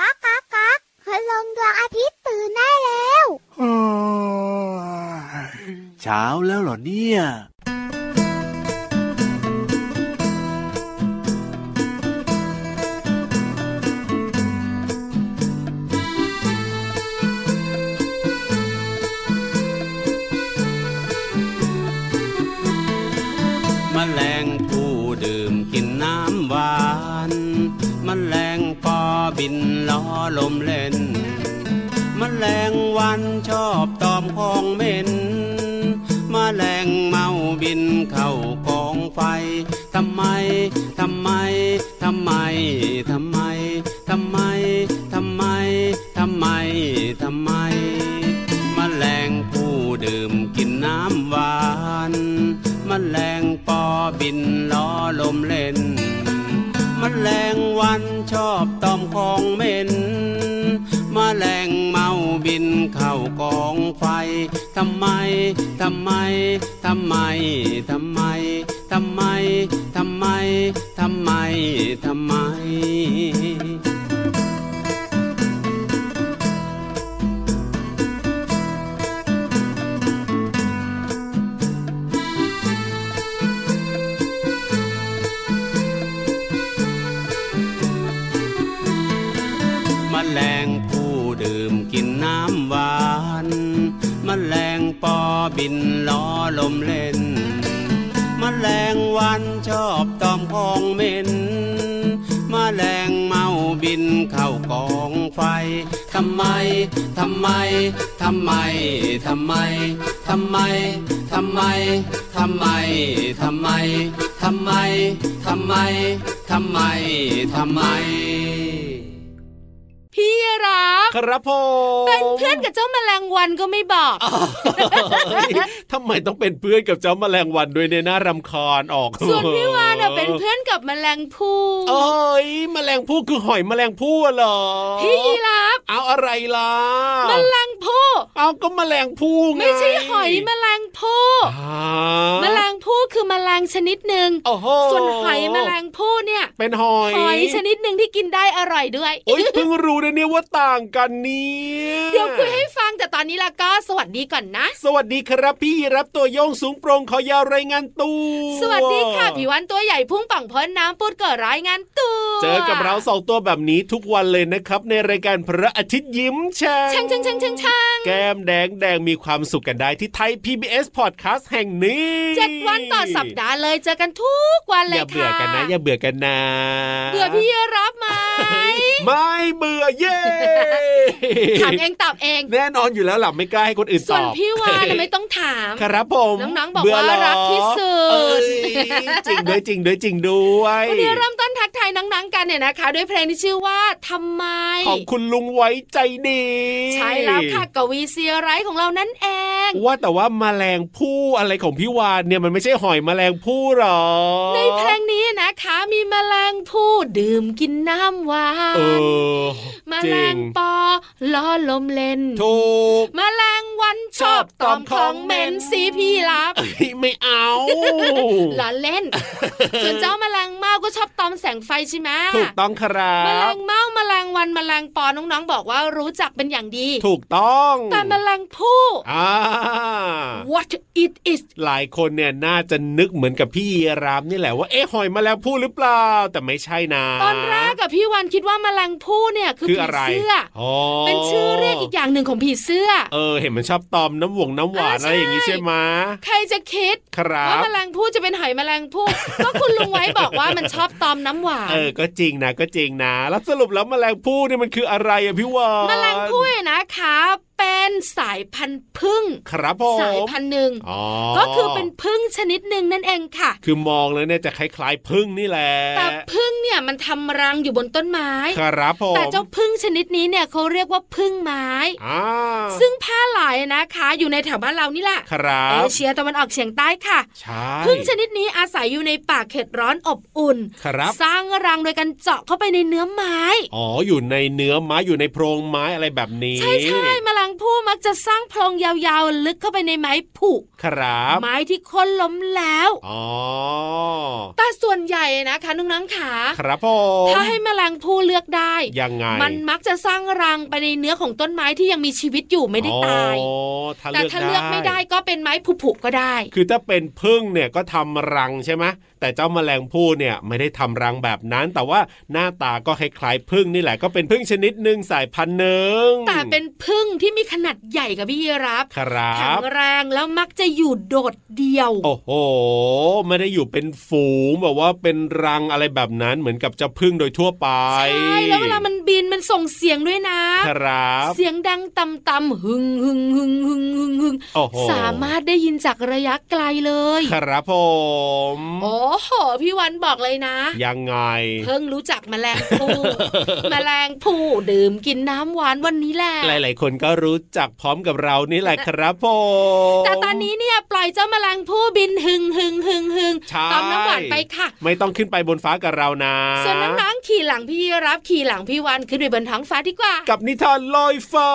ก๊ากก๊ากก๊ากคุณลุงดวงอาทิตย์ตื่นได้แล้ว เช้าแล้วเหรอเนี่ย มแมลงผู้ดื่มกินน้ำหวานมแมลงปอบินล้อลมเล่นมแมลงวันชอบตอมของเหม็นมแมลงเมาบินเข้ากองไฟทำไมทำไมทำไมทำไมทำไมทำไมทำไมทำไม มแมลงผู้ดื่มกินน้ำหวาน มแมลงปอบินล้อลมเล่น มแมลงวันชอบตอมของเหม็น มแมลงเมาบินเข้ากองไฟ ทำไม ทำไม ทำไม ทำไม ทำไม ทำไม ทำไม ทำไม มแมลงผู้ดื่มกินน้ำหวานมแมลงปอบินล้อลมเล่นมแมลงวันชอบตอมของเหม็นมแมลงเมาบินเข้ากองไฟทำไมทำไมทำไมทำไมทำไมทำไมทำไมทำไมทำไมทำไมทำไมทำไม พี่รับ ครับผม เป็นเพื่อนกับเจ้าแมลงวันก็ไม่บอก เฮ้ยทำไมต้องเป็นเพื่อนกับเจ้าแมลงวันด้วยเนี่ยน่ารำคาญออก ส่วนพี่วานอะเป็นเพื่อนกับแมลงภู่ โอ้ยแมลงผู้คือหอยแมลงผู้อะเหรอ พี่รับ เอาอะไรล่ะ แมลงภู่ เอาก็แมลงผู้ไง ไม่ใช่หอยแมลงภู่ อ่า แมลงภู่คือแมลงชนิดหนึ่ง โอ้โห ส่วนหอยแมลงภู่เนี่ย เป็นหอย หอยชนิดหนึ่งที่กินได้อร่อยด้วย โอ้ยเพิ่งรู้นะเนี่ยว่าต่างกันเนี่ย เดี๋ยวคุยให้ฟังแต่ตอนนี้ละก็สวัสดีก่อนนะ สวัสดีครับพี่รับตัวโยงสูงโปรงขอยาวรายงานตัว สวัสดีค่ะผิววันตัวใหญ่พุ่งป่องพ้นน้ำปุดเกิดร้ายงานตัว เจอกับเราสองตัวแบบนี้ทุกวันเลยนะครับ ในรายการพระอาทิตย์ยิ้มแฉ่ง ช่างช่างช่างช่างช่าง แก้มแดงแดงมีความสุขกันได้ที่ไทย PBS Podcast แห่งนี้ เจ็ดวันต่อสัปดาห์เลยเจอกันทุกวันเล อย ย่า ค่ะ เบื่อกันนะ อย่าเบื่อกันนะ เบื่อพี่รับไหม ไม่เบื่อเย้ ถามเองตอบเอง แน่นอนอยู่แล้วหลับไม่กล้าให้คนอื่น ส่ ต วน อบ พี่วานน่ะไม่ต้องถาม ครับผม น้องๆบอกว่าเเห รักที่สุด เอ้ยจริงด้วยจริงด้วยจริงด้วย วันนี้เริ่มต้นทักทายนังๆกันเนี่ยนะคะ ด้วยเพลงที่ชื่อว่าทำไม ของคุณลุงไว้ใจดี ใช่แล้วค่ะกวีเซียไรของเรานั่นเอง ว่าแต่ว่าแมลงผู้อะไรของพี่วานเนี่ยมันไม่ใช่หอยแมลงผู้หรอ ในเพลงนี้นะคะมีแมลงผู้ดื่มกินน้ำหวาน เออ แม จ ล ริ ง ง ปอล้อลมเล่น ถูก แมลงวันชอบตอมของเหม็นสีพี่รับ เอ้ยไม่เอา ล้อเล่น ส่วนเจ้าแมลงเมาก็ชอบตอมแสงไฟใช่ไหม ถูกต้องครั แมล บ งเมาแมลงวันแมลงปอน้องๆบอกว่ารู้จักเป็นอย่างดี ถูกต้อง แต่แมลงผู้ อ่า what it is หลายคนเนี่ยน่าจะนึกเหมือนกับพี่ยีรามนี่แหละว่าเอ๊ะหอยแมลงผู้หรือเปล่า แต่ไม่ใช่นะ ตอนแรกกับพี่วันคิดว่าแมลงผู้เนี่ยคือ คือ ผี อะไร เสื้ออ อ๋อ เป็นชื่อเรียกอีกอย่างหนึ่งของผีเสื้อ เออ เห็นมันชอบตอมน้ำหวงน้ำหวาน อ่าใช่ อะไรอย่างงี้ใช่ไหม ใครจะคิด ครั ว่า บ แมลงผู้จะเป็นหอยแมลงผู้ ก็คุณลุงไว้บอกว่ามันชอบตอมน้ำหวาน เออ ก็จริงนะ ก็จริงนะ แล้วสรุปแล้วแมลงผู้เนี่ยมันคืออะไรอะพี่วาน แมลงผู้เนี่ยนะคะ เป็นสายพันธุ์พึ่ง ครับผม สายพันธุ์หนึ่ง อ๋อ ก็คือเป็นพึ่งชนิดหนึ่งนั่นเองค่ะ คือมองแล้วเนี่ยจะคล้ายๆพึ่งนี่แหละ แต่พึ่งเนี่ยมันทำรังอยู่บนต้นไม้ ครับผม แต่เจ้าพึ่งชนิดนี้เนี่ยเขาเรียกว่าพึ่งไม้ อ่า ซึ่งผ้าหลายนะคะ อยู่ในแถวบ้านเรานี่แหละ ครั เอบ เชียตะวันออกเฉียงใต้ค่ะ ใช่ พึ่งชนิดนี้อาศัยอยู่ในป่าเขตร้อนอบอุ่น ครับ สร้างรังโดยการเจาะเข้าไปในเนื้อไม้ อ๋ออยู่ในเนื้อไม้อยู่ในโพรงไม้อะไรแบบนี้ ใช่ใช่แมลง ผู้มักจะสร้างโพรงยาวๆ ลึกเข้าไปในไม้ผุ ครับ ไม้ที่โค้นล้มแล้ว อ๋อ แต่ส่วนใหญ่นะคะน้องๆขา ครับผม ถ้าให้แมลงผู้เลือกได้ ยังไง มันมักจะสร้างรังไปในเนื้อของต้นไม้ที่ยังมีชีวิตอยู่ไม่ได้ตาย อ๋อถ้า แต่ เลือก ถ้าเลือกไม่ได้ก็เป็นไม้ผุๆก็ได้ คือถ้าเป็นพึ่งเนี่ยก็ทำรังใช่ไหมแต่เจ้าแมลงผู้เนี่ยไม่ได้ทำรังแบบนั้น แต่ว่าหน้าตาก็คล้ายๆพึ่งนี่แหละก็เป็นพึ่งชนิดหนึ่งสายพันธุ์หนึ่ง แต่เป็นพึ่งที่มีขนาดใหญ่กับพี่ยีรับ ครั แข็ บ งแรงแล้วมักจะอยู่โดดเดี่ยว โอ้โห ไม่ได้อยู่เป็นฝูงแบบว่าเป็นรังอะไรแบบนั้นเหมือนกับเจ้าพึ่งโดยทั่วไป ใช่แล้วเวลามันบินมันส่งเสียงด้วยนะ ครับ เสียงดังต่ำๆหึงหึงหึงหึงหึงหึง โอ้โห สามารถได้ยินจากระยะไกลเลย ครับผม โอ้โห พี่วันบอกเลยนะ ยังไง เพิ่งรู้ จักแมลงภู แมลงภูดื่มกินน้ำหวานวันนี้แหละ หลาย ๆ คนก็รู้จักพร้อมกับเรานี่แหละครับผม แต่ตอนนี้เนี่ยปล่อยเจ้าแมลงภูบินหึงหึงหึงหึง ใช่ ตอมน้ำหวานไปค่ะ ไม่ต้องขึ้นไปบนฟ้ากับเรานะ ส่วนน้องๆขี่หลังพี่รับขี่หลังพี่วันขึ้นไปบนท้องฟ้าดีกว่า กับนิทานลอยฟ้า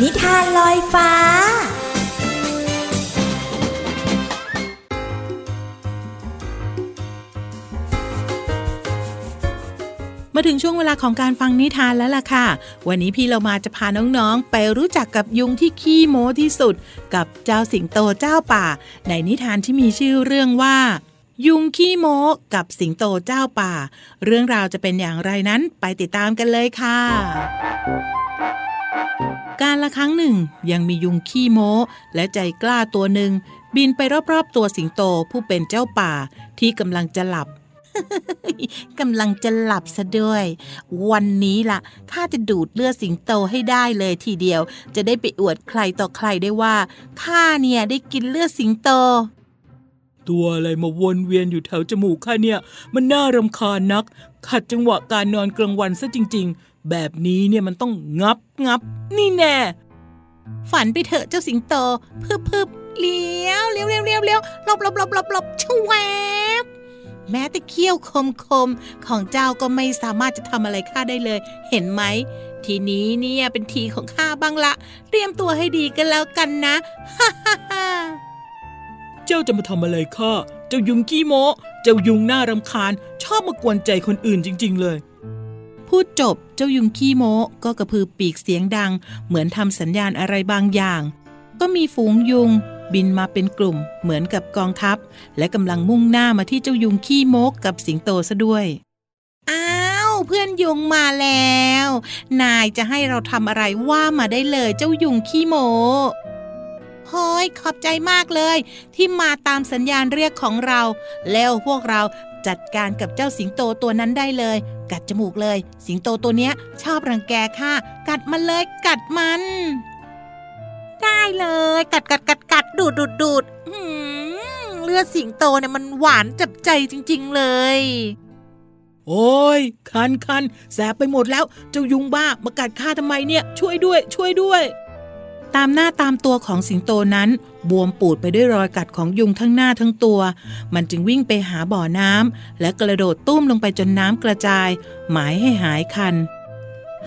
นิทานลอยฟ้า มาถึงช่วงเวลาของการฟังนิทานแล้วล่ะค่ะ วันนี้พี่เรามาจะพาน้องๆ ไปรู้จักกับยุงที่ขี้โม้ที่สุด กับเจ้าสิงโตเจ้าป่า ในนิทานที่มีชื่อเรื่องว่า ยุงขี้โม้กับสิงโตเจ้าป่า เรื่องราวจะเป็นอย่างไรนั้นไปติดตามกันเลยค่ะ การละครั้งหนึ่งยังมียุงขี้โม้และใจกล้าตัวหนึ่ง บินไปรอบๆตัวสิงโตผู้เป็นเจ้าป่าที่กำลังจะหลับ กำลังจะหลับซะด้วย วันนี้ล่ะข้าจะดูดเลือดสิงโตให้ได้เลยทีเดียว จะได้ไปอวดใครต่อใครได้ว่าข้าเนี่ยได้กินเลือดสิงโต ตัวอะไรมาวนเวียนอยู่แถวจมูกข้าเนี่ย มันน่ารำคาญนัก ขัดจังหวะการนอนกลางวันซะจริง ๆ แบบนี้เนี่ยมันต้องงับงับ นี่แน่ ฝันไปเถอะเจ้าสิงโตพึบพึบเลี้ยวเลี้ยวเลี้ยวเลี้ยวเลี้ยวหลบหลบหลบหลบหลบชวบแม้แต่เขี้ยวคมคมๆของเจ้าก็ไม่สามารถจะทำอะไรข้าได้เลย เห็นไหม ทีนี้เนี่ยเป็นทีของข้าบ้างละ เตรียมตัวให้ดีกันแล้วกันนะ ฮ่าฮ่าฮ่า เจ้าจะมาทำอะไรข้า เจ้ายุงกี้โมะเจ้ายุงน่ารำคาญ ชอบมากวนใจคนอื่นจริง ๆ เลย พูดจบเจ้ายุงขี้โม้ก็กระพือปีกเสียงดัง เหมือนทำสัญญาณอะไรบางอย่าง ก็มีฝูงยุง บินมาเป็นกลุ่ม เหมือนกับกองทัพ และกำลังมุ่งหน้ามาที่เจ้ายุงขี้โมกกับสิงโตซะด้วย อ้าวเพื่อนยุงมาแล้ว นายจะให้เราทำอะไรว่ามาได้เลยเจ้ายุงขี้โมโฮ้ยขอบใจมากเลย ที่มาตามสัญญาณเรียกของเรา แล้วพวกเราจัดการกับเจ้าสิงโตตัวนั้นได้เลย กัดจมูกเลย สิงโตตัวเนี้ย ชอบรังแกค่ะ กัดมันเลยกัดมัน ได้เลย กัดกัดกัดกัดดูดดูดดูดหืมเลือดสิงโตเนี่ยมันหวานจับใจจริง ๆเลย โอ้ย คันคันแสบไปหมดแล้ว เจ้ายุงบ้ามากัดข้าทำไมเนี่ย ช่วยด้วย ช่วยด้วย ตามหน้าตามตัวของสิงโตนั้น บวมปูดไปด้วยรอยกัดของยุงทั้งหน้าทั้งตัว มันจึงวิ่งไปหาบ่อน้ำและกระโดดตุ้มลงไปจนน้ำกระจาย หมายให้หายคัน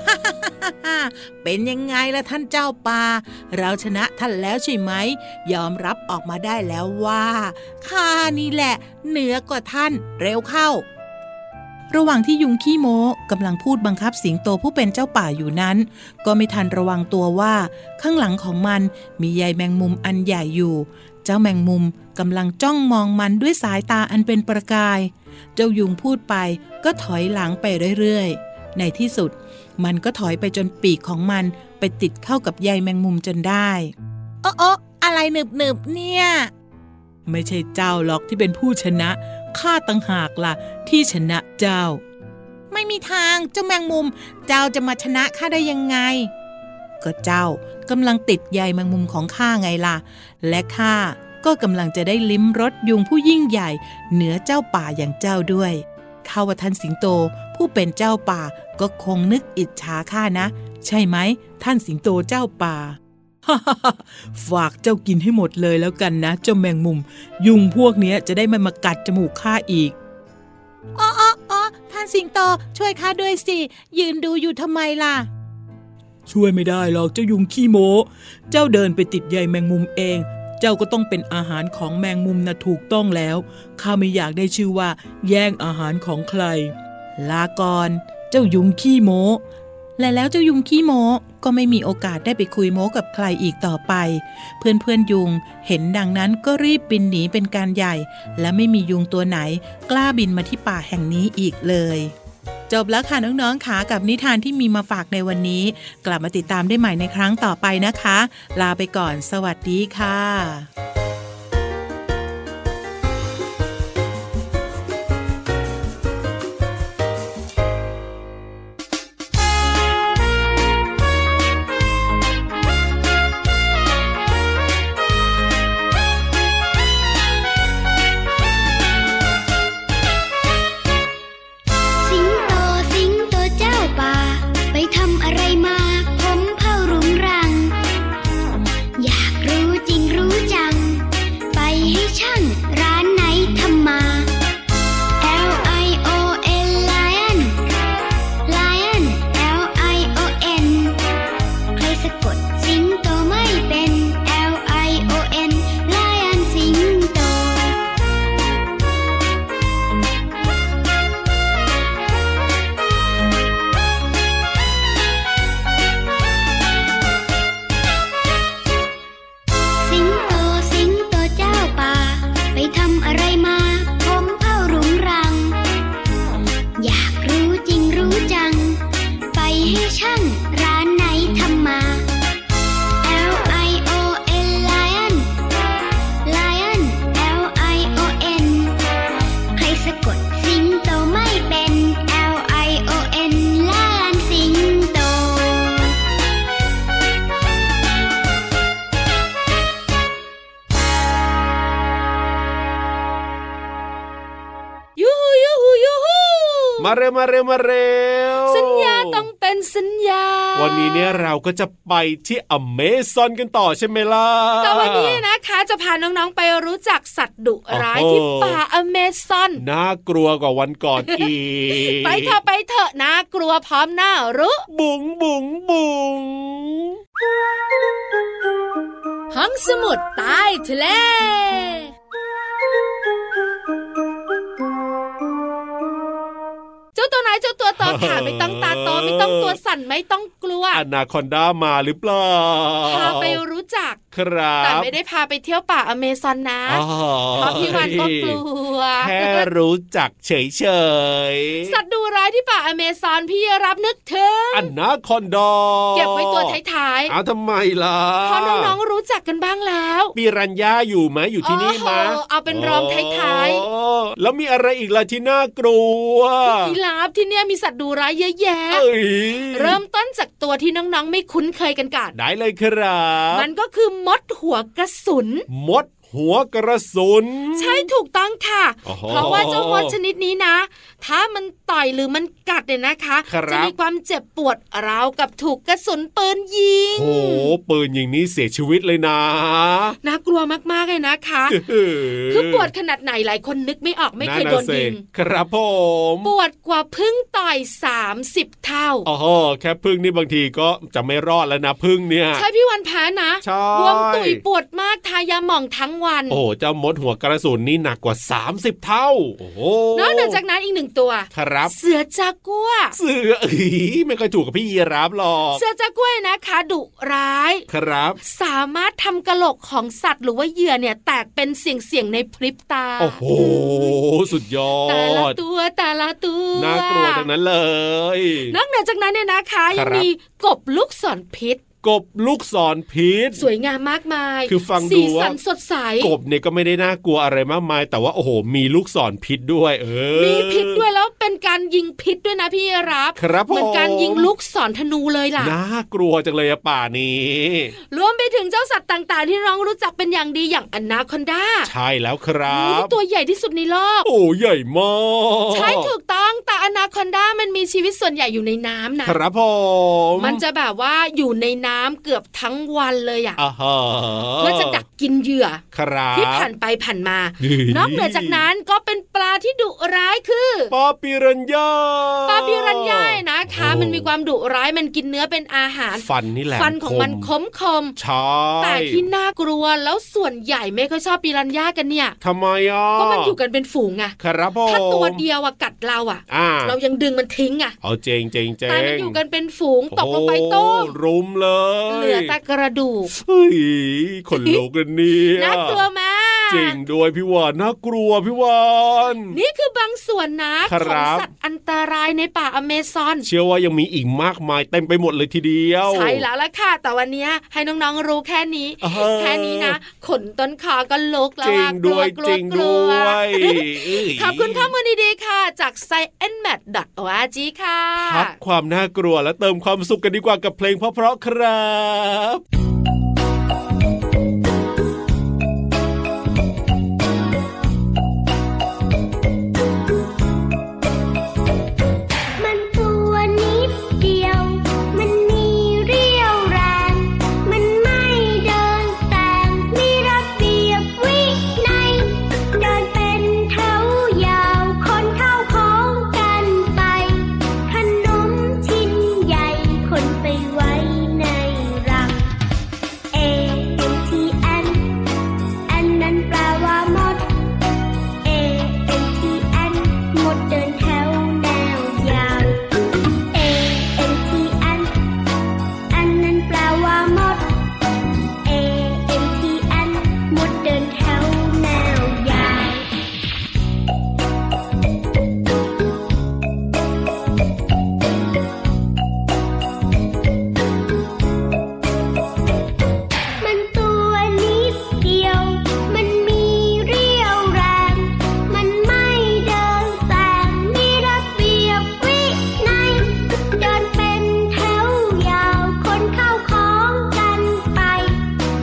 เป็นยังไงล่ะท่านเจ้าป่า เราชนะท่านแล้วใช่ไหม ยอมรับออกมาได้แล้วว่าข้านี่แหละ เหนือกว่าท่านเร็วเข้า ระหว่างที่ยุงขี้โม้กำลังพูดบังคับสิงโตผู้เป็นเจ้าป่าอยู่นั้น ก็ไม่ทันระวังตัวว่า ข้างหลังของมันมีใยแมงมุมอันใหญ่อยู่ เจ้าแมงมุมกำลังจ้องมองมันด้วยสายตาอันเป็นประกาย เจ้ายุงพูดไปก็ถอยหลังไปเรื่อยๆ ในที่สุด มันก็ถอยไปจนปีกของมันไปติดเข้ากับใยแมงมุมจนได้โอ้โอะอะไรหนึบหนึบๆเนี่ย ไม่ใช่เจ้าหรอกที่เป็นผู้ชนะข้าต่างหากล่ะ ที่ชนะเจ้า ไม่มีทางเจ้าแมงมุม เจ้าจะมาชนะข้าได้ยังไง ก็เจ้ากำลังติดใยแมงมุมของข้าไงล่ะ และข้าก็กำลังจะได้ลิ้มรสยุงผู้ยิ่งใหญ่ เหนือเจ้าป่าอย่างเจ้าด้วยข้าว่าท่านสิงโตผู้เป็นเจ้าป่าก็คงนึกอิจฉาข้านะ ใช่ไหม ท่านสิงโตเจ้าป่า ฮ่า ๆๆฝากเจ้ากินให้หมดเลยแล้วกันนะเจ้าแมงมุม ยุงพวกเนี้ยจะได้ไมันมากัดจมูกข้าอีก อ๋ออ๋ออ๋อท่าน านสิงโตช่วยข้าด้วยสิ ยืนดูอยู่ทำไมล่ะ ช่วยไม่ได้หรอกเจ้ายุงขี้โมเจ้าเดินไปติดใยแมงมุมเอง เจ้าก็ต้องเป็นอาหารของแมงมุมนะถูกต้องแล้ว ข้าไม่อยากได้ชื่อว่า แย่งอาหารของใคร ลาก่อน เจ้ายุงขี้โมและแล้วเจ้ายุงขี้โมก็ไม่มีโอกาสได้ไปคุยโมกับใครอีกต่อไป เพื่อนเพื่อนๆยุงเห็นดังนั้นก็รีบบินหนีเป็นการใหญ่ และไม่มียุงตัวไหน กล้าบินมาที่ป่าแห่งนี้อีกเลย จบแล้วค่ะน้องๆค่ะกับนิทานที่มีมาฝากในวันนี้ กลับมาติดตามได้ใหม่ในครั้งต่อไปนะคะ ลาไปก่อน สวัสดีค่ะ สิงโตสิงโตเจ้าป่า ไปทำอะไรมาผมเผารุงรัง อยากรู้จริงรู้จัง ไปให้ช่างร้านไหนทำมา L I O N Lion Lion L I O N ใครสะกดสิงโตไม่เป็น L I O N Lion สิงโต สิงโตสิงโตเจ้าป่า ไปทำอะไรมาผมเผารุงรัง อยากรู้จริงรู้จัง ไปให้ช่างร้านไหนทำมา L I O N Lion Lion L I O N ใครสะกดสิงโตไม่เป็น L I O N Lion สิงโต ยูฮูยูฮูยูฮู มาเร็วมาเร็วมาเร็ว สัญญาต้องเป็นสัญญา วันนี้เนี่ยเราก็จะไปที่อเมซอนกันต่อใช่ไหมล่ะ แต่วันนี้นะคะจะพาน้องๆไปรู้จักสัตว์ดุร้าย โอ้โห ที่ป่าอเมซอน น่ากลัวกว่าวันก่อนอีก ไปเถอะไปเถอะนะกลัวพร้อมหน้ารู้ บุ๋งบุ๋งบุ๋ง ห้องสมุดใต้ทะเล เจ้าตัวไหนเจ้าตัวต่อค่ะไม่ต้องตาโตไม่ต้องตัวสั่นไม่ต้องกลัว อนาคอนด้ามาหรือเปล่า พาไปรู้จัก ครับ แต่ไม่ได้พาไปเที่ยวป่าอเมซอนนะ อ๋อ เพราะพี่วันก็กลัว แค่รู้จักเฉยเฉยๆ สัตว์ดูร้ายที่ป่าอเมซอนพี่รับนึกถึง อนาคอนดา เก็บไว้ตัวท้าย เอาทำไมล่ะ ๆเพราะน้องๆรู้จักกันบ้างแล้ว ปีรัญญาอยู่ไหมอยู่ที่นี่ไหม โอ้โหเอาเป็นรองท้ายๆ โอ้แล้วมีอะไรอีกล่ะที่น่ากลัว ยีราฟที่เนี่ยมีสัตว์ดูร้ายเยอะแยะ เอ้ย เริ่มต้นจากตัวที่น้องๆ ไม่คุ้นเคยกันก่อน ได้เลยครับ มันก็คือมดหัวกระสุน มดหัวกระสุน ใช่ถูกต้องค่ะ โอ้โห เพราะว่าเจ้ามดชนิดนี้นะ ถ้ามันต่อยหรือมันกัดเนี่ยนะคะ ครับ จะมีความเจ็บปวดราวกับถูกกระสุนปืนยิง โหปืนอย่างนี้เสียชีวิตเลยนะ น่ากลัวมากๆเลยนะคะ คือปวดขนาดไหนหลายคนนึกไม่ออกไม่เคยโดนยิง ะสิครับผม ปวดกว่าพึ่งต่อย 30 เท่า อ๋อแค่พึ่งนี่บางทีก็จะไม่รอดแล้วนะพึ่งเนี่ย ใช่พี่วันแพ้นะ ใช่ บวมตุยปวดมากทายาหม่องทั้งวัน โอ้โหเจ้ามดหัวกระสุนนี่หนักกว่า 30 เท่า โอ้โห นอกเหนือจากนั้นอีกหนึ่งตัว ครับ เสือจากัว เสืออีไม่ค่อยถูกกับพี่ยีราฟหรอก เสือจากัวนะคะดุร้าย ครับ สามารถทำกระโหลกของสัตว์หรือว่าเหยื่อเนี่ยแตกเป็นเสียงเสียงๆในพริบตา โอ้โห สุดยอ แต่ละ ด ตัวแต่ละตัว น่ากลัวทั้งนั้นเลย นอกเหนือจากนั้นเนี่ยนะคะ ครั ยั บ งมีกบลูกศรพิษ กบลูกศรพิษ สวยงามมากมาย คือฟังดู สี ว่า สันสดใส กบเนี่ยก็ไม่ได้น่ากลัวอะไรมากมาย แต่ว่าโอ้โห มีลูกศรพิษด้วย เออ มีพิษด้วยแล้วเป็นการยิงพิษด้วยนะพี่รับ ครับผม เหมือนการยิงลูกศรธนูเลยล่ะ น่ากลัวจังเลยอะป่านี้ รวมไปถึงเจ้าสัตว์ต่างๆ ที่น้องรู้จักเป็นอย่างดีอย่างอนาคอนดา ใช่แล้วครั โอ้ บ ตัวใหญ่ที่สุดในโลก โอ้ใหญ่มาก ใช่ถูกต้องแต่อนาคอนดามันมีชีวิตส่วนใหญ่อยู่ในน้ำนะครับ ผม มันจะแบบว่าอยู่ในน้ำเกือบทั้งวันเลยอ่ะ อ่าฮะ เพื่อจะดักกินเหยื่อ ครับ ที่ผ่านไปผ่านมา ดี นอกเหนือจากนั้นก็เป็นปลาที่ดุร้ายคือ ปอ ปิรันย่า ปลาปิรันย่ายนะคะ มันมีความดุร้ายมันกินเนื้อเป็นอาหาร ฟันนี่แหละ ฟันของมันคมคม ใช่ ๆแต่ที่น่ากลัวแล้วส่วนใหญ่ไม่ค่อยชอบปิรันย่ากันเนี่ย ทำไมอ่ะ ก็มันอยู่กันเป็นฝูงไง ครับผม ถ้าตัวเดียวอะกัดเราอะ อ่า เรายังดึงมันทิ้งอะ เอาเจงเจงเจง แต่มันอยู่กันเป็นฝูงตกลงไปโต้ม โอ้รุมเล เห ย ลือแต่กระดูก เฮ้ยขนลุกกันเนี่ย น่ากลัวมาก จริงด้วยพี่วานน่ากลัวพี่วาน นี่คือบางส่วนนะขครั อง บ สัตว์อันตรายในป่าอเมซอน เชื่อว่ายังมีอีกมากมายเต็มไปหมดเลยทีเดียว ใช่แล้วล่ะค่ะ แต่วันเนี้ยให้น้องๆรู้แค่นี้ เออ แค่นี้นะ ขนต้นคอก็ลุกแล้วจริง อะกลั ด้ ว วย กลัวจริง กลั ด้ ว วย ขอบคุณข้อมูลดีๆค่ะ จาก s c i e n m a t o r g ค่ะ พักความน่ากลัวและเติมความสุขกันดีกว่ากับเพลงเพราะๆครับ มันตัวนิดเดียว มันมีเรี่ยวแรง มันไม่เดินตามมีระเบียบวินัย เดินเป็นแถวยาว คนเข้าของกันไป ขนมชิ้นใหญ่ คนไปไว้ในรัง A M T N อันนั้นแปลว่ามด A M T N มดเดินแถวแนวยาว A M T N อันนั้นแปลว่ามด A M T N มดเดินแถวแนวยาว มันตัวนิดเดียว มันมีเรี่ยวแรง มันไม่เดินแสงมีระเบียบวินัย เดินเป็นแถวยาว คนเข้าของกันไป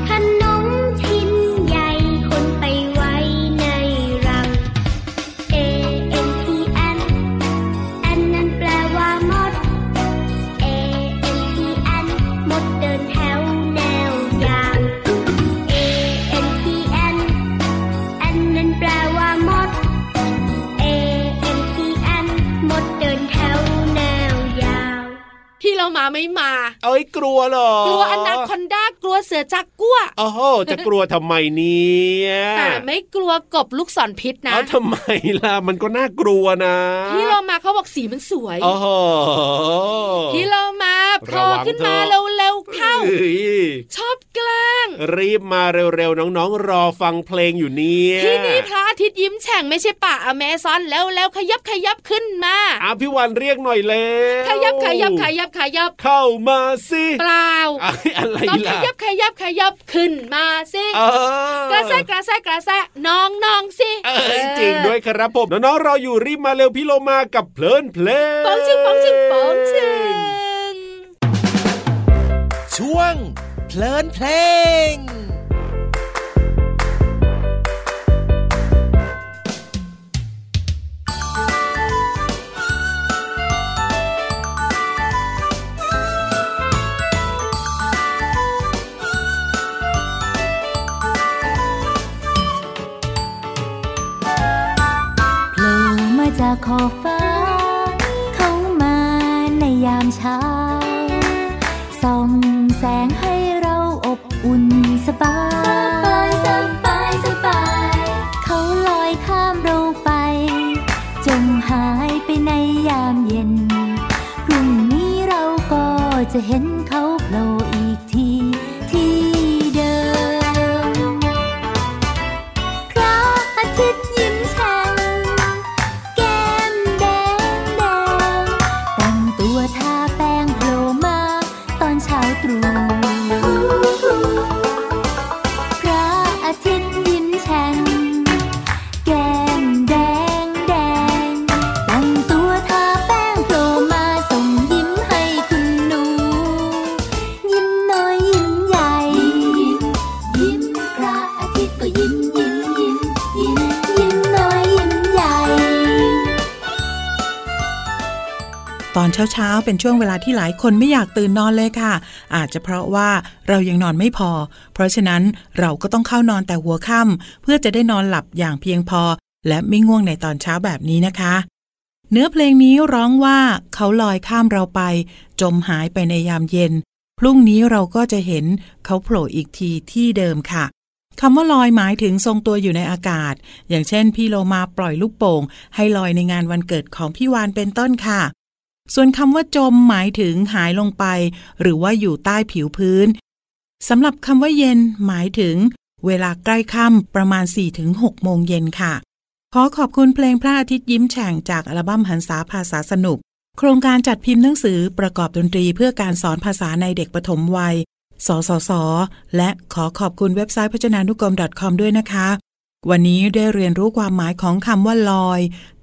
ขนมชิ้นใหญ่ คนไปไว้ในรัง A N T N N นั้นแปลว่ามด A N T N มดเดินแถวแนวยาว A N T N N นั้นแปลว่ามด A N T N มดเดินแถวแนวยาว พี่เรามาไม่มา เอ้ยกลัวเหรอก ลัวอนาคอนด้ากลัวเสือจักกั้ว โอ้โหจะกลัวทำไมเนี่ย แต่ไม่กลัวกบลูกศรพิษนะ เอ้าทำไมล่ะมันก็น่ากลัวนะ พี่เรามาเขาบอกสีมันสวย โอ้โห พี่เรามาพอ ระวัง ขึ้นมา เถอะ เร็วๆเข้า อ้ย ชอบแกล้ง รีบมาเร็วๆน้องๆ รอฟังเพลงอยู่เนี่ย ที่นี่พระอาทิตย์ยิ้มแฉ่งไม่ใช่ป่าอเมซอนแล้วแล้วขยับขยับขึ้นมา อ่ะพี่วันเรียกหน่อยแล้ว ขยับขยับขยับขยับ เข้ามาสิ เปล่า อะอะไร ต้องข ล่ะ ยับขยับขยับขึ้นมาสิ เออก ระแซะกระแซะกระแซะน้องน้องสิ เอ้ยจริงด้วยครับผมน้องๆรออยู่รีบมาเร็วพี่โลมากับเพลินเพลง ปองชิงปองชิงปองชิง ช่วง เพลินเพลง โผล่มาจากขอบฟ้า เข้ามาในยามเช้า ส่องแสงให้เราอบอุ่นสบาย สบาย สบาย เขาลอยข้ามเราไป จงหายไปในยามเย็น พรุ่งนี้เราก็จะเห็นเขาโผล่อีกทีที่เดิม พระอาทิตย์ยิ้มแฉ่งแก้มแดงแดงแต่งตัวทาแป้งโผล่มาตอนเช้าตรู่พระอาทิตย์ยิ้มแฉ่งแก้มแดงแดงแต่งตัวทาแป้งโผล่มาส่งยิ้มให้คุณหนู ยิ้มน้อยยิ้มใหญ่ ยิ้มพระอาทิตย์ก็ยิ้มยิ้มยิ้มยิ้มยิ้มน้อยยิ้มใหญ่ ตอนเช้าๆ เป็นช่วงเวลาที่หลายคนไม่อยากตื่นนอนเลยค่ะ อาจจะเพราะว่าเรายังนอนไม่พอ เพราะฉะนั้นเราก็ต้องเข้านอนแต่หัวค่ำเพื่อจะได้นอนหลับอย่างเพียงพอ และไม่ง่วงในตอนเช้าแบบนี้นะคะ เนื้อเพลงนี้ร้องว่าเขาลอยข้ามเราไป จมหายไปในยามเย็น พรุ่งนี้เราก็จะเห็นเขาโผล่อีกทีที่เดิมค่ะคำว่าลอยหมายถึงทรงตัวอยู่ในอากาศ อย่างเช่น พี่โลมาปล่อยลูกโป่ง ให้ลอยในงานวันเกิดของพี่วานเป็นต้นค่ะ ส่วนคำว่าจมหมายถึงหายลงไป หรือว่าอยู่ใต้ผิวพื้น สำหรับคำว่าเย็นหมายถึง เวลาใกล้ค่ำประมาณ 4-6 โมงเย็นค่ะ ขอขอบคุณเพลงพระอาทิตย์ยิ้มแฉ่งจากอัลบั้มหันษาภาษาสนุก โครงการจัดพิมพ์หนังสือประกอบดนตรีเพื่อการสอนภาษาในเด็กปฐมวัย สสส และขอขอบคุณเว็บไซต์พจนานุกรม .com ด้วยนะคะ วันนี้ได้เรียนรู้ความหมายของคำว่าลอย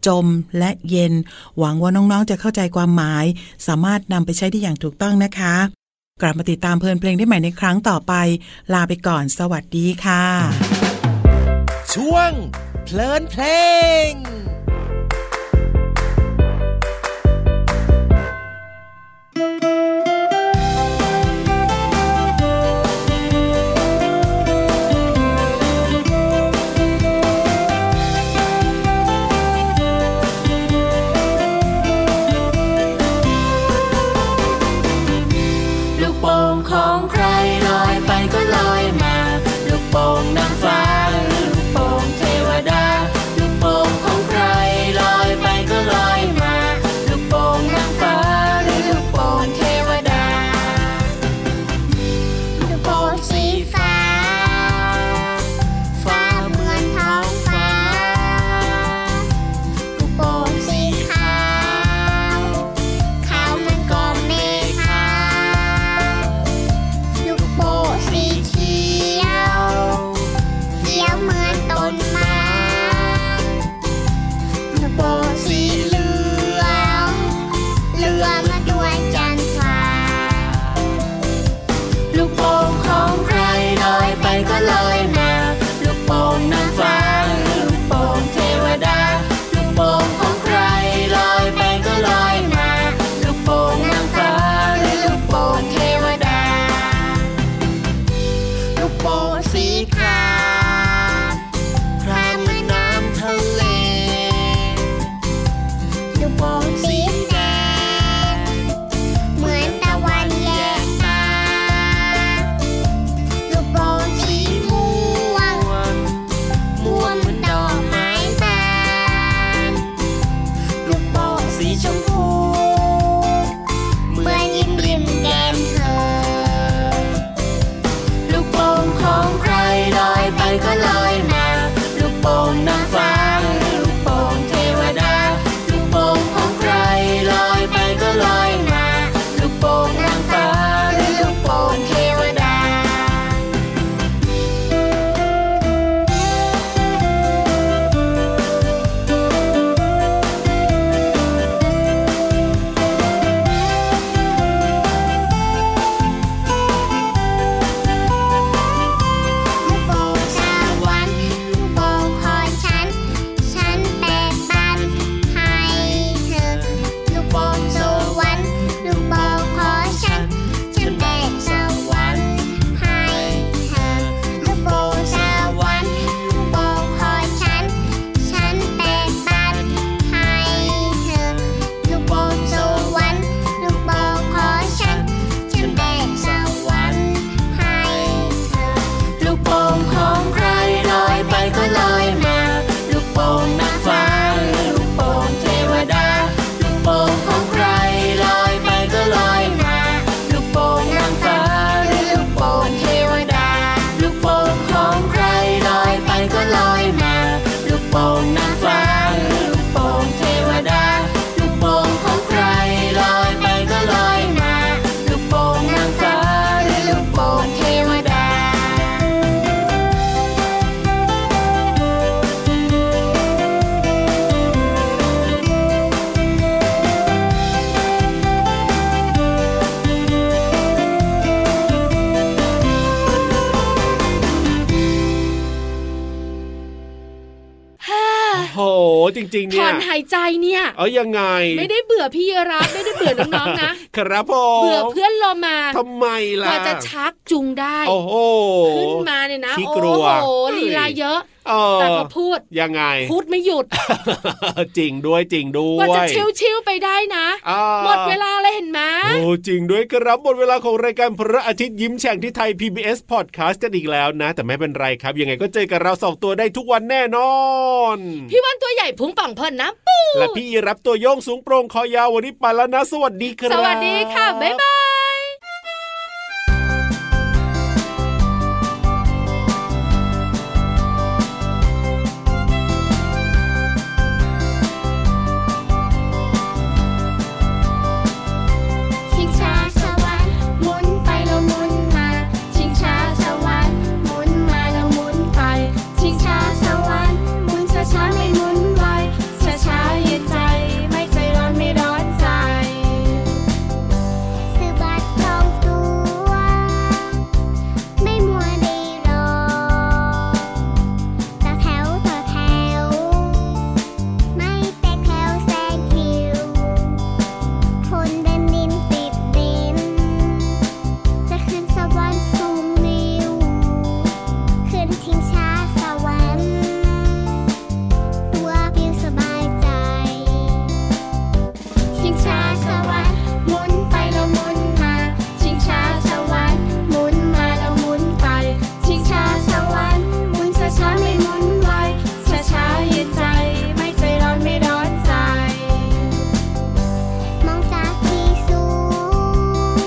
จม และเย็น หวังว่าน้อง ๆ จะเข้าใจความหมาย สามารถนำไปใช้ได้อย่างถูกต้องนะคะ กลับมาติดตามเพลินเพลงได้ใหม่ในครั้งต่อไป ลาไปก่อน สวัสดีค่ะ ช่วง เพลินเพลง ลูกโป่งของใครลอยไปก็ลอยมา ลูกโป่งนางฟ้าหรือลูกโป่งเทวดา ลูกโป่งของใครลอยไปก็ลอยมา ลูกโป่งนางฟ้าหรือลูกโป่งเทวดา ลูกโป่งสีฟ้า ฟ้าเหมือนท้องฟ้า ลูกโป่งสีขาว ขาวเหมือนกองเมฆาลูกโป่งสีเขียว เขียวเหมือนต้นไม้ ลูกโป่งสีเหลือง เหลืองมาด้วยจันทรา ลูกโป่งของใครลอยไปก็ลอยมา ลูกโป่งนางฟ้าหรือลูกโป่งเทวดา ลูกโป่งของใครลอยไปก็ลอยมา ลูกโป่งนางฟ้าหรือลูกโป่งเทวดา ลูกโป่งสีขาวคลาเหมือนน้ำทะเล ลูกโป่งสีแดง เหมือนตะวันแยกตา ลูกโป่งสีม่วง ม่วงเหมือนดอกไม้บาน ลูกโป่งสีชมพู เหมือนยิ้มริมแก้มเธอ ลูกโป่งของใครลอยไปก็ลอยมา ลูกโป่งนางฟ้าหรือลูกโป่งเทวดา ลูกโป่งของใครลอยไปก็ลอยมา ลูกโป่งนางฟ้าหรือลูกโป่งเทวดา ลูกโป่งสวรรค์ลูกโป่งของฉัน ฉันแบ่งปันให้เธอ ลูกโป่งสวรรค์ลูกโป่งของฉัน ฉันแบ่งสวรรค์ให้เธอ ลูกโป่งสวรรค์ลูกโป่งของฉัน ฉันแบ่งปันให้เธอ ลูกโป่งสวรรค์ลูกโป่งของฉัน ฉันแบ่งสวรรค์ให้เธอ ลูกโป่งของใครลอยไปก็ลอยมา ลูกโป่งนางฟ้าหรือลูกโป่งเทวดา ลูกโป่งของใครลอยไปก็ลอยมา ลูกโป่งนางฟ้าหรือลูกโป่งเทวดา ลูกโป่งของใครลอยไปก็ลอยมา ลูกโป่งนางฟ้าหรือลูกโป่งเทวดา ลูกโป่งของใครลอยไปก็ลอยมา ลูกโป่งนางฟ้าหรือลูกโป่งเทวดา โอ้โหจริงถๆเนี่ อย นหายใจเนี่ย เอ้ยยังไง ไม่ได้เบื่อพี่รับไม่ได้เบื่อน้องๆนะครับ ผม เบื่อเพื่อนเรามา ทำไม ก ล่ะ ว่าจะชักจูงได้ โอ้โห ขึ้นมาเนี่ยนะ ขี้ โอ้ กลัว โหลีลาเยอะ เออ แต่พอพูด ยังไง พูดไม่หยุด จริงด้วยจริงด้ ก ว ว่าจะ ย ชิวๆไปได้นะ อ่า หมดเวลาเลยเห็นไหม โอ้จริงด้วยครับหมดเวลาของรายการพระอาทิตย์ยิ้มแฉ่งที่ไทย PBS Podcast กันอีกแล้วนะ แต่ไม่เป็นไรครับ ยังไงก็เจอกับเราสองตัวได้ทุกวันแน่นอน พี่วันตัวใหญ่พุงป่องพอนน้ำปู และพี่รับตัวโยงสูงโปร่งคอยาววันนี้ไปแล้วนะ สวัสดีครับ สวัสดีค่ะ บ๊ายบาย ชิงช้าสวรรค์หมุนไปแล้วหมุนมา ชิงช้าสวรรค์หมุนมาแล้วหมุนไป ชิงช้าสวรรค์หมุนช้าช้าๆไม่หมุนไวช้าช้าๆเย็นใจ ไม่ใจร้อนไม่ร้อนใจ สะบัดทองตัว ไม่มัวได้รอ ต่อแถวต่อแถว ไม่แตกแถวแซงคิว คนเดินดินติดดิน จะขึ้นสวรรค์สูงริ้ว ขึ้นทิ้งช้าสวรรค์ ตัวพิวสบายใจ ชิงช้าสวรรค์หมุนไปแล้วหมุนมา ชิงช้าสวรรค์หมุนมาแล้วหมุนไป ชิงช้าสวรรค์หมุนช้าช้าๆไม่หมุนไวช้าช้าๆเย็นใจ ไม่ใจร้อนไม่ร้อนใจ มองจากที่สูง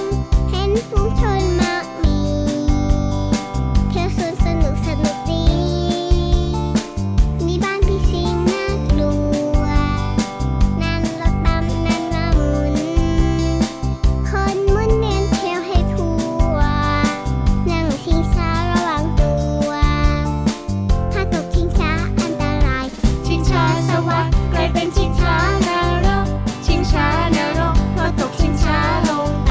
เห็นฝูงชนมากมีเที่ยวสวนสนุกสนุกดี มีบ้านพี่สิงน่ากลัว นั่นรถบัมนั่นละมุน คนมุนเนียนเที่ยวให้ทั่ว นั่งชิงช้าระวังตัว ถ้าตกชิงช้าอันตราย ชิงช้าสวัสด์กลายเป็นชิงช้านรกชิงช้านรกพอตกชิงช้าลงไป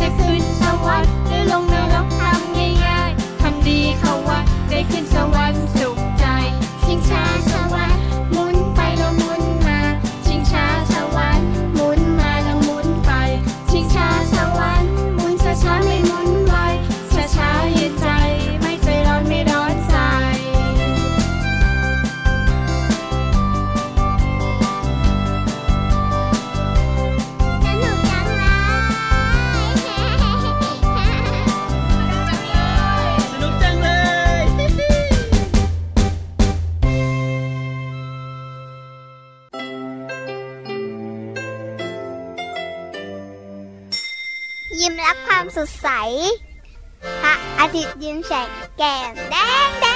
จะขึ้นสวรรค์หรือลงนรกทำง่ายๆทำดีเข้าไวัดได้ขึ้นสวรรค์สุขใจ ชิงช้าสวรรค์หมุนไปแล้วหมุนมา ชิงช้าสวรรค์หมุนมาแล้วหมุนไป ชิงช้าสวรรค์หมุนช้าๆไม่หมุนไวช้าๆเย็นใจ ไม่ใจร้อนไม่ร้อนใจ สนุกจังเลย สนุกจังเลย ยิ้มรับความสดใส พระอาทิตย์ยิ้มแฉกแก้มแดงแด